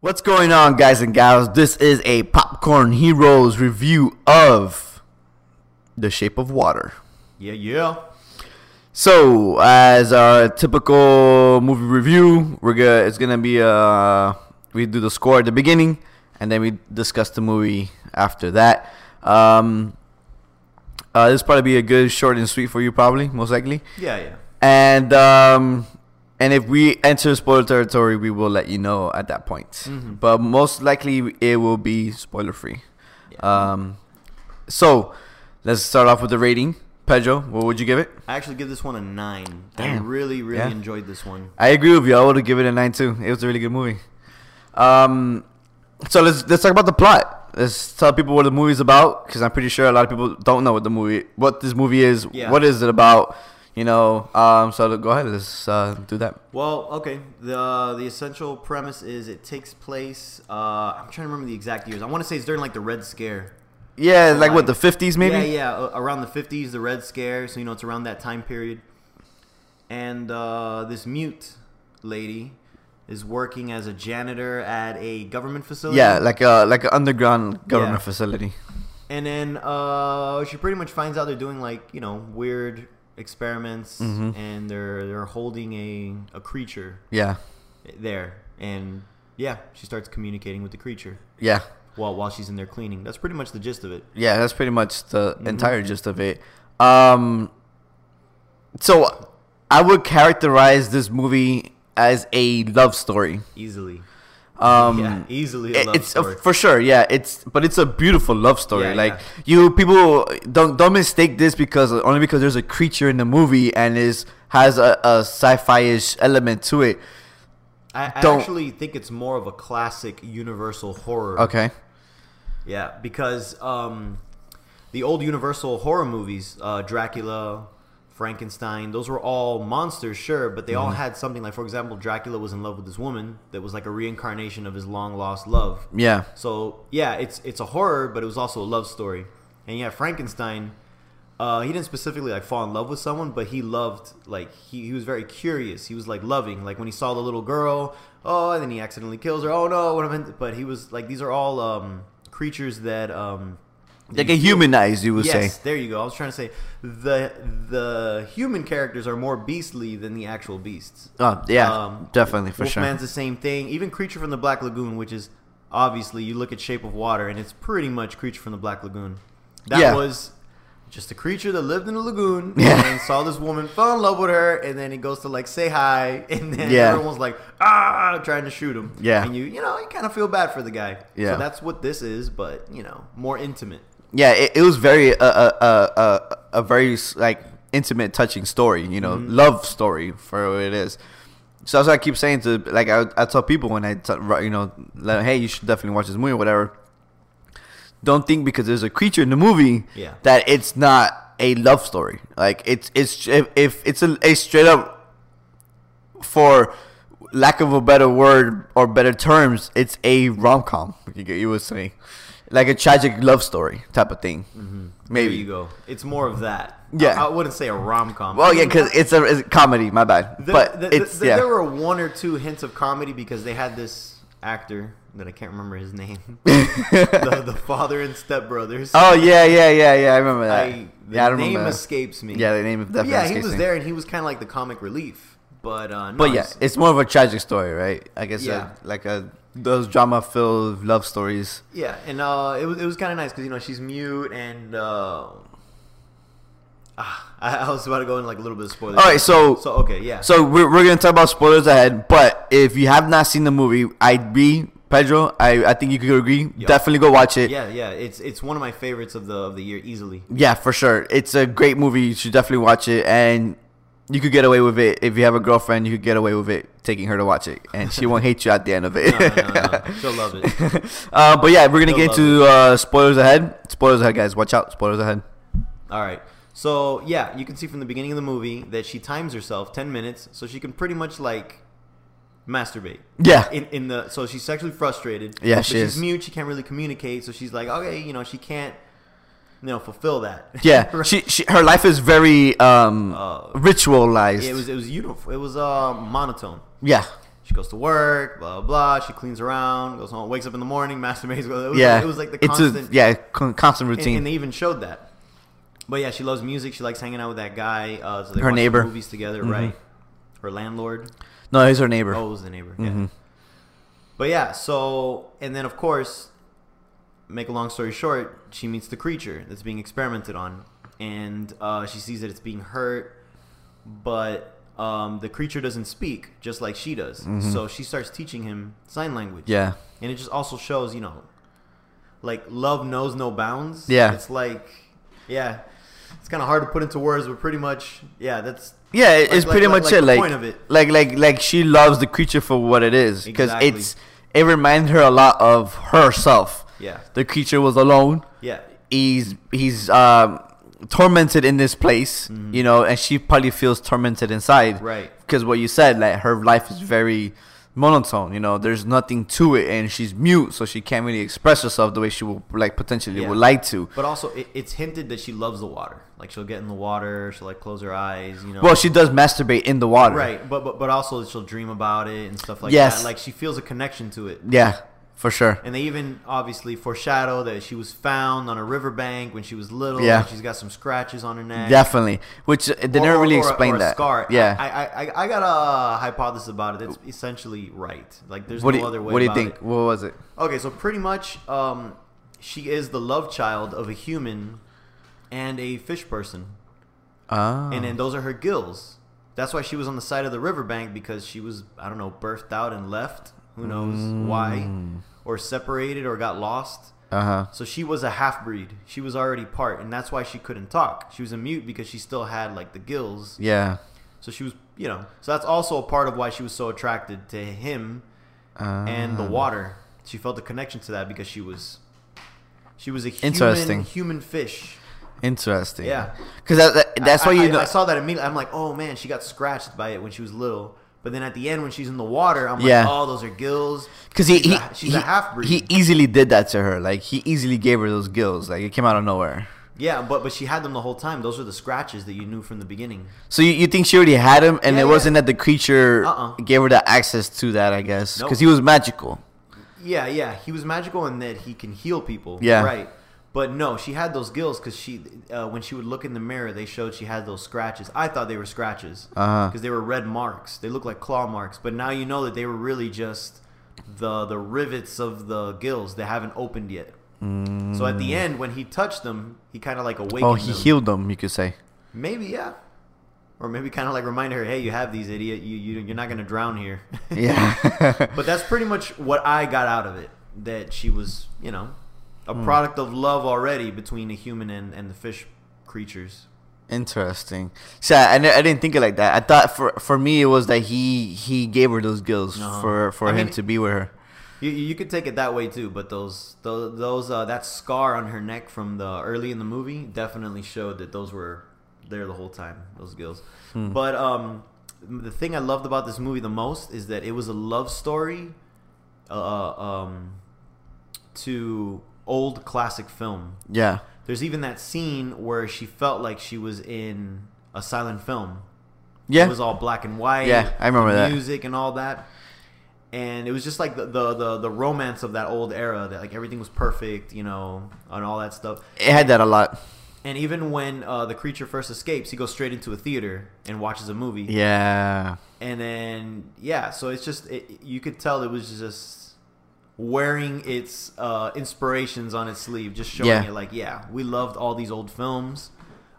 What's going on, guys and gals? This is a Popcorn Heroes review of The Shape of Water. Yeah, yeah. So, as our typical movie review, we're gonna it's gonna be uh we do the score at the beginning, and then we discuss the movie after that. Um, uh, this probably be a good short and sweet for you, probably most likely. Yeah, yeah. And um, and if we enter spoiler territory, we will let you know at that point. Mhm. But most likely, it will be spoiler free. Yeah. Um, so let's start off with the rating. Pedro, what would you give it? I actually give this one a nine. I Damn. really, really Yeah. enjoyed this one. I agree with you. I would have given it a nine too. It was a really good movie. Um, so let's let's talk about the plot. Let's tell people what the movie's about because I'm pretty sure a lot of people don't know what the movie, what this movie is. Yeah. What is it about? You know. Um, so go ahead. Let's uh, do that. Well, okay. the The essential premise is it takes place. Uh, I'm trying to remember the exact years. I want to say it's during like the Red Scare. Yeah, So, like, what like- the 50s maybe. Yeah, yeah. a- Around the 50s, the Red Scare. So you know it's around that time period. And uh, this mute lady is working as a janitor at a government facility. Yeah, like a like an underground government Yeah. facility. And then uh, she pretty much finds out they're doing like you know weird experiments, Mhm. and they're they're holding a a creature Yeah, there, and yeah, she starts communicating with the creature yeah, while while she's in there cleaning. That's pretty much the gist of it. yeah. That's pretty much the Mhm. entire gist of it. Um, so I would characterize this movie as a love story. Easily, Um, yeah, easily. A it- love it's story. A, for sure, yeah. It's but it's a beautiful love story. Yeah, like yeah. you people don't don't mistake this because only because there's a creature in the movie and is has a, a sci-fi ish element to it. I, I don't- actually think it's more of a classic Universal horror. Okay. Yeah, because um, the old Universal horror movies, uh, Dracula, Frankenstein, those were all monsters, sure, but they all had something. Like, for example, Dracula was in love with this woman that was like a reincarnation of his long lost love. Yeah. So yeah, it's it's a horror, but it was also a love story. And yeah, Frankenstein, uh, he didn't specifically like fall in love with someone, but he loved like he, he was very curious. He was like loving, like when he saw the little girl, oh, and then he accidentally kills her. Oh no, what am I? But he was like these are all um, creatures that um, Like a humanized, you would say. yes, there you go. I was trying to say the the human characters are more beastly than the actual beasts. Oh yeah, Um, definitely for sure. Wolfman's the same thing. Even Creature from the Black Lagoon, which is obviously you look at Shape of Water, and it's pretty much Creature from the Black Lagoon. That Yeah. was just a creature that lived in a lagoon Yeah. and saw this woman, fell in love with her, and then he goes to like say hi, and then Yeah. everyone's like ah, trying to shoot him. Yeah. and you you know you kind of feel bad for the guy. Yeah. so that's what this is, but you know more intimate. Yeah, it, it was very uh, uh, uh, uh, a very like intimate, touching story. You know, Mm-hmm. love story for what it is. So that's what I keep saying to like I, I tell people when I tell, you know like, hey you should definitely watch this movie or whatever. Don't think because there's a creature in the movie Yeah. that it's not a love story. Like it's it's if, if it's a, a straight up for lack of a better word or better terms, it's a rom com. You, get- you would say, like a tragic love story type of thing. Mm-hmm. There you Maybe. go. It's more of that. Yeah. I, I wouldn't say a rom com. Well, yeah, because it's a it's a comedy. My bad. The- but the- the- it's the- yeah. there were one or two hints of comedy because they had this actor that I can't remember his name, the, the father and stepbrothers. oh yeah, yeah, yeah, yeah. I remember that. I, the yeah, I remember. name that. escapes me. yeah, the name of But definitely. yeah, he escapes was me. there and he was kind of like the comic relief. But uh, no, But yeah, it's- it's more of a tragic story, right? I guess Yeah. uh, like a those drama filled love stories. yeah, and uh, it was it was kind of nice because you know she's mute and. Uh, ah, I I was about to go in like a little bit of spoilers. All right, so- so okay, yeah, So we're, we're gonna talk about spoilers ahead, but if you have not seen the movie, I'd be Pedro. I, I think you could agree. Yup. Definitely go watch it. Yeah. yeah, yeah. It's it's one of my favorites of the of the year easily. for sure. It's a great movie. You should definitely watch it, and you could get away with it if you have a girlfriend. You could get away with it taking her to watch it, and she won't hate you at the end of it. No, no, no, no. She'll love it. uh, but yeah, we're gonna You'll get love into uh, spoilers ahead. Spoilers ahead, guys. Watch out. Spoilers ahead. All right. So yeah, you can see from the beginning of the movie that she times herself ten minutes, so she can pretty much like masturbate. Yeah. In, in the so she's sexually frustrated. Yeah, but she she's is. mute. She can't really communicate, so she's like, okay, you know, she can't, you know, fulfill that. Yeah, Right. she, she her life is very um, Uh, ritualized. it was it was uniform. It was uh monotone. yeah, She goes to work, blah blah. blah. She cleans around, goes home, wakes up in the morning, masturbates. It was, yeah, it was like the it's constant. a, yeah con- constant and- routine. And, they even showed that. But yeah, she loves music. She likes hanging out with that guy. Uh, so they Her watch neighbor. movies together, Mhm. right? Her landlord. no, he's her neighbor. Oh, it was the neighbor. Yeah. Mhm. But yeah, so and then of course, make a long story short, she meets the creature that's being experimented on, and uh, she sees that it's being hurt, but um, the creature doesn't speak just like she does. So she starts teaching him sign language. Mm-hmm. Yeah, And it just also shows, you know, like love knows no bounds. Yeah. It's like, yeah, it's kind of hard to put into words, but pretty much, yeah, that's yeah, it- Like- it's like- pretty like- much like it. the Like, point of it. like, like, like she loves the creature for what it is because Exactly. it's it reminds her a lot of herself. yeah, The creature was alone. yeah, He's he's um, tormented in this place, you know, and she probably feels tormented inside. Mm-hmm. right, because what you said, like her life is very monotone. You know, there's nothing to it, and she's mute, so she can't really express herself the way she would like potentially Yeah. would like to. But also, it, it's hinted that she loves the water. Like she'll get in the water, she'll like close her eyes, you know. Well, she does masturbate in the water, right, but but but also she'll dream about it and stuff like Yes. that. Like she feels a connection to it. Yeah, for sure. And they even obviously foreshadow that she was found on a riverbank when she was little. Yeah. and she's got some scratches on her neck. Definitely, which uh, they Or- never or- really or a- explain or a that. Scar. Yeah, I, I I- I got a hypothesis about it. It's essentially right. Like there's what no do you, other way. what do you about think? it. What was it? Okay, so pretty much, um, she is the love child of a human and a fish person. Ah, and then those are her gills. That's why she was on the side of the riverbank because she was, I don't know, birthed out and left. Who knows Mm. why? Or separated or got lost. uh huh. So she was a half breed. She was already part, and that's why she couldn't talk. She was a mute because she still had like the gills. Yeah. So she was, you know. So that's also a part of why she was so attracted to him Uh, and the water. She felt a connection to that because she was, she was a human, Interesting. human fish. interesting. Yeah. because that, that- that's I- why you I, know. I saw that immediately. I'm like, oh man, she got scratched by it when she was little. But then at the end, when she's in the water, I'm Yeah. like, oh, those are gills. Because he, she's he, a- she's he, a half-breed. he easily did that to her. Like he easily gave her those gills. Like it came out of nowhere. Yeah, but but she had them the whole time. Those are the scratches that you knew from the beginning. So you, you think she already had him, and Yeah, it yeah. wasn't that the creature Uh-uh. gave her the access to that, I guess, because he Nope. was magical. Yeah, yeah, he was magical in that he can heal people. Yeah. right. But no, she had those gills because she uh, when she would look in the mirror, they showed she had those scratches. I thought they were scratches Uh-huh. they were red marks. They looked like claw marks. But now you know that they were really just the the rivets of the gills that haven't opened yet. So at the end, when he touched them, he kind of like awakened. Mm. Oh, he them. healed them, you could say. Maybe yeah, or maybe kind of like reminded her, hey, you have these idiot. You you you're not gonna drown here. Yeah. but that's pretty much what I got out of it. That she was, you know, a product of love already between the human and, and the fish creatures. Interesting. So I, I ne- I didn't think it like that. I thought for for me it was that he he gave her those gills No. for for I him mean- to be with her. You, you could take it that way too, but those those, those uh, that scar on her neck from the early in the movie definitely showed that those were there the whole time. Those gills. But um, the thing I loved about this movie the most is that it was a love story, uh, um, to old classic film. Yeah. There's even that scene where she felt like she was in a silent film. It Yeah. was all black and white. Yeah, I remember the that. Music and all that. And it was just like the, the, the, the romance of that old era that like everything was perfect, you know, and all that stuff. It had that a lot. And even when uh, the creature first escapes, he goes straight into a theater and watches a movie. Yeah. And then, yeah, so it's just, it, you could tell it was just wearing its uh, inspirations on its sleeve, just showing Yeah. it like, yeah, we loved all these old films,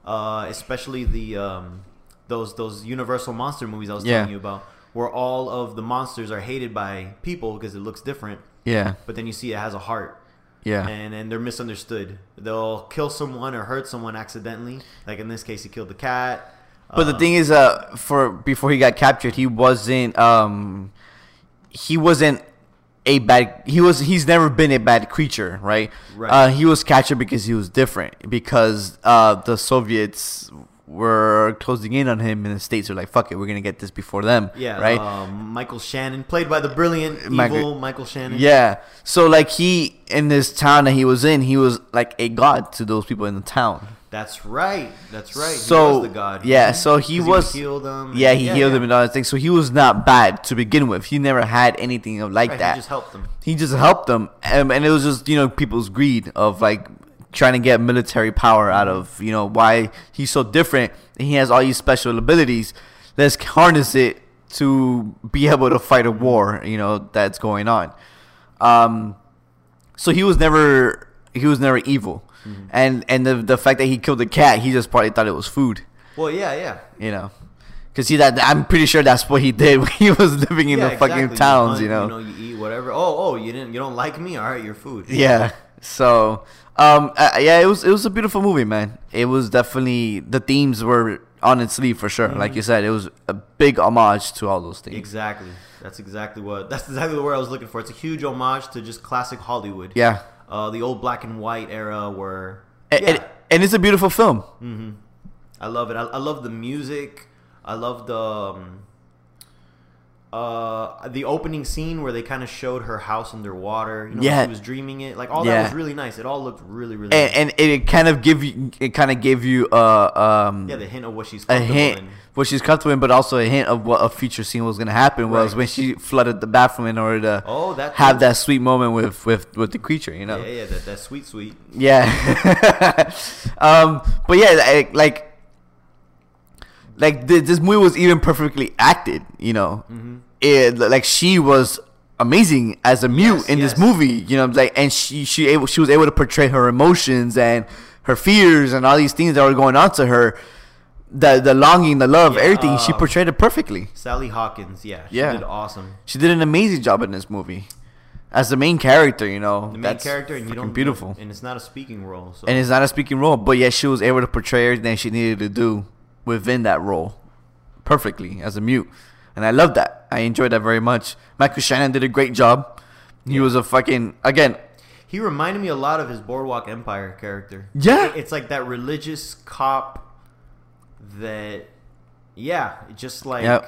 uh, especially the um, those those Universal monster movies I was Yeah. telling you about, where all of the monsters are hated by people because it looks different, Yeah. but then you see it has a heart. Yeah. And and they're misunderstood. They'll kill someone or hurt someone accidentally. Like in this case, he killed the cat. But the Uh, thing is, uh, for before he got captured, he wasn't um, he wasn't a bad. He was he's never been a bad creature, right? Right. Uh, he was captured because he was different because uh the Soviets were closing in on him, and the states are like, "Fuck it, we're gonna get this before them." Yeah, right. Um, Michael Shannon, played by the brilliant Michael- evil Michael Shannon. Yeah. So like he in this town that he was in, he was like a god to those people in the town. that's right. That's right. So he was the god. yeah, so he 'Cause was. healed them. yeah, he healed Mm-hmm. yeah. them and all that things. So he was not bad to begin with. He never had anything of like Right, that. He just helped them. he just helped them, um, and it was just you know people's greed of like trying to get military power out of you know why he's so different. And he has all these special abilities. Let's harness it to be able to fight a war. You know that's going on. Um, so he was never he was never evil, Mm-hmm. and and the the fact that he killed the cat, he just probably thought it was food. Well, yeah, yeah. You know. Cause see that I'm pretty sure that's what he did when he was living in Yeah, the fucking exactly. towns, hunt, you know. You know, you eat whatever. Oh, oh, you didn't. You don't like me. All right, your food. Yeah. So, um, uh, yeah, it was it was a beautiful movie, man. It was definitely the themes were on its sleeve for sure. Like you Mm-hmm. said, it was a big homage to all those things. Exactly. That's exactly what. That's exactly the word I was looking for. It's a huge homage to just classic Hollywood. Yeah. Uh, the old black and white era where. A- yeah, Mm-hmm. And, and it's a beautiful film. I love it. I, I love the music. I love the. Um, uh, the opening scene where they kind of showed her house underwater. You know, Yeah. she was dreaming it. Like all Yeah. that was really nice. It all looked really, really. nice. And, and it kind of give you it kind of gave you uh um yeah, the hint of what she's a comfortable hint in. what she's comfortable in, but also a hint of what a future scene was gonna happen was Right. when she flooded the bathroom in order to Oh, that have too. that sweet moment with with with the creature, you know. Yeah, yeah, that, that sweet, sweet. Yeah. um, but yeah, like like, like th- this movie was even perfectly acted. You know, Mm-hmm. it like she was amazing as a mute Yes, in yes. this movie. You know, like and she she able she was able to portray her emotions and her fears and all these things that were going on to her. The the longing, the love, Yeah, everything. she um, portrayed it perfectly. Sally Hawkins, yeah, she Yeah. did awesome. She did an amazing job in this movie. As the main character, you know, The main that's character, and you fucking don't beautiful. and it's not a speaking role. So and it's not a speaking role, but yet she was able to portray everything she needed to do within that role perfectly as a mute, and I love that. I enjoyed that very much. Michael Shannon did a great job. He was a fucking again. he reminded me a lot of his Boardwalk Empire character. Yeah. it's like that religious cop that, yeah, just like Yep.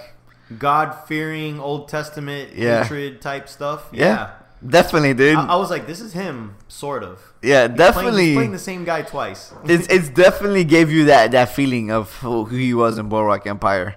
God fearing Old Testament Yeah. hatred type stuff. Yeah, Yeah, definitely, dude. I, I was like, this is him, sort of. yeah, He's playing- he's definitely. playing the same guy twice. it's it's definitely gave you that that feeling of who who he was in Boardwalk Empire.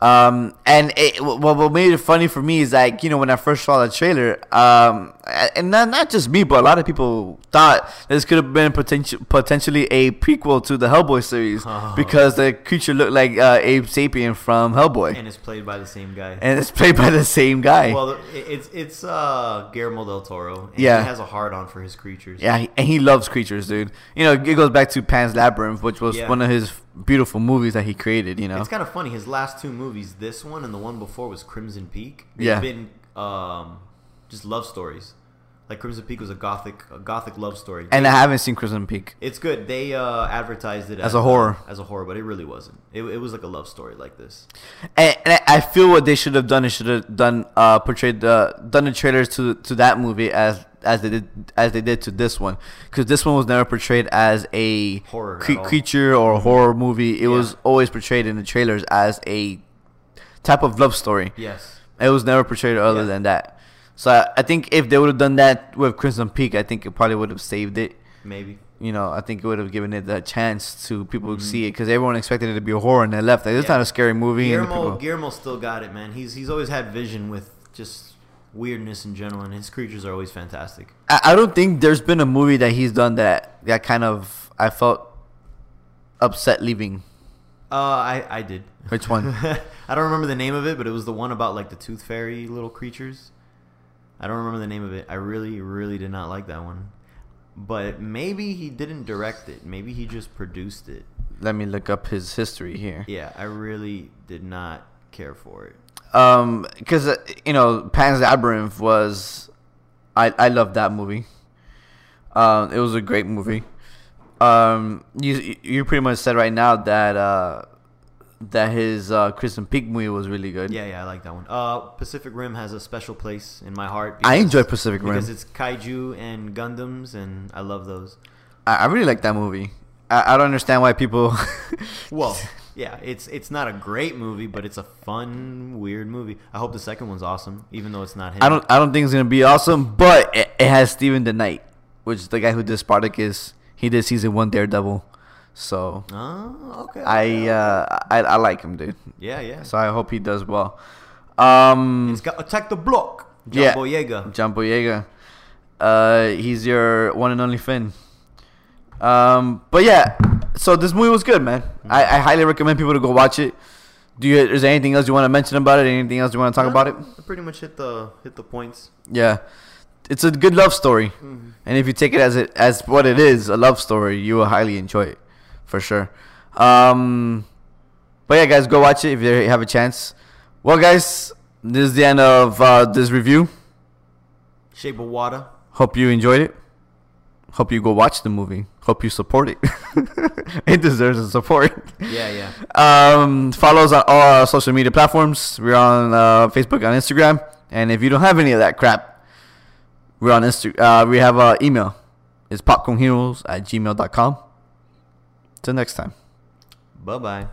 Um, and it, what what made it funny for me is like you know when I first saw the trailer, um, a- and not not just me, but a lot of people thought this could have been potential potentially a prequel to the Hellboy series Oh. because the creature looked like uh, Abe Sapien from Hellboy, and it's played by the same guy. and it's played by the same guy. Well, it- it's it's uh, Guillermo del Toro. And Yeah. he has a hard on for his creatures. Yeah, he- and he loves creatures, dude. You know, it goes back to Pan's Labyrinth, which was Yeah. one of his beautiful movies that he created. You know, It's kind of funny. His last two movies, this one and the one before, was Crimson Peak. They've Yeah. been um, just love stories. Like Crimson Peak was a gothic, a gothic love story. and I haven't seen Crimson Peak. it's good. They uh, advertised it As a horror. as a horror, but it really wasn't. It, it was like a love story like this. And, and I I feel what they should have done is should have done uh portrayed the done the trailers to to that movie as as they did as they did to this one because this one was never portrayed as a Horror at cre- all. creature or a horror movie. It was Yeah. always portrayed in the trailers as a type of love story. Yes. It was never portrayed other Yeah. than that. So I, I think if they would have done that with Crimson Peak, I think it probably would have saved it Maybe. you know, I think it would have given it a chance to people see it because everyone expected it to be a horror and they left. Like, it's Mm-hmm. Yeah. not a scary movie. And the Guillermo, people- Guillermo still got it, man. He's he's always had vision with just weirdness in general, and his creatures are always fantastic. I, I don't think there's been a movie that he's done that that kind of I felt upset leaving. Uh, I I did. Which one? I don't remember the name of it, but it was the one about like the tooth fairy little creatures. I don't remember the name of it. I really, really did not like that one. But maybe he didn't direct it. Maybe he just produced it. Let me look up his history here. Yeah, I really did not care for it. Um, because uh, you know, Pan's Labyrinth was, I I love that movie. Um, it was a great movie. Um, you you pretty much said right now that uh that his uh Kristen Peak movie was really good. Yeah, yeah, I like that one. Uh, Pacific Rim has a special place in my heart. I enjoy Pacific Rim. because it's kaiju and Gundams, and I love those. I, I really like that movie. I, I don't understand why people. Well, yeah, it's it's not a great movie, but it's a fun, weird movie. I hope the second one's awesome, even though it's not him. I don't. I don't think it's gonna be awesome, but it, it has Steven the Knight, which is the guy who did Spartacus. He did season one Daredevil, so Oh, okay. I uh, I, I like him, dude. yeah, yeah. So I hope he does well. Um, It's got attack the block. John Yeah. Boyega. John Boyega. Uh, he's your one and only Finn. Um, but yeah, so this movie was good, man. I, I highly recommend people to go watch it. Do you? Is there anything else you want to mention about it? Anything else you want to talk about it? I pretty much hit the hit the points. Yeah, it's a good love story, and if you take it as it as what it is, a love story, you will highly enjoy it for sure. Um, but yeah, guys, go watch it if you have a chance. Well, guys, this is the end of uh, this review. Shape of water. Hope you enjoyed it. Hope you go watch the movie. Hope you support it. it deserves the support. Yeah, yeah. Um, follow us on all our social media platforms. We're on uh, Facebook, on Instagram, and if you don't have any of that crap, we're on Insta. Uh, we have uh, email. It's popcornheroes at gmail.com. Till next time. Bye bye.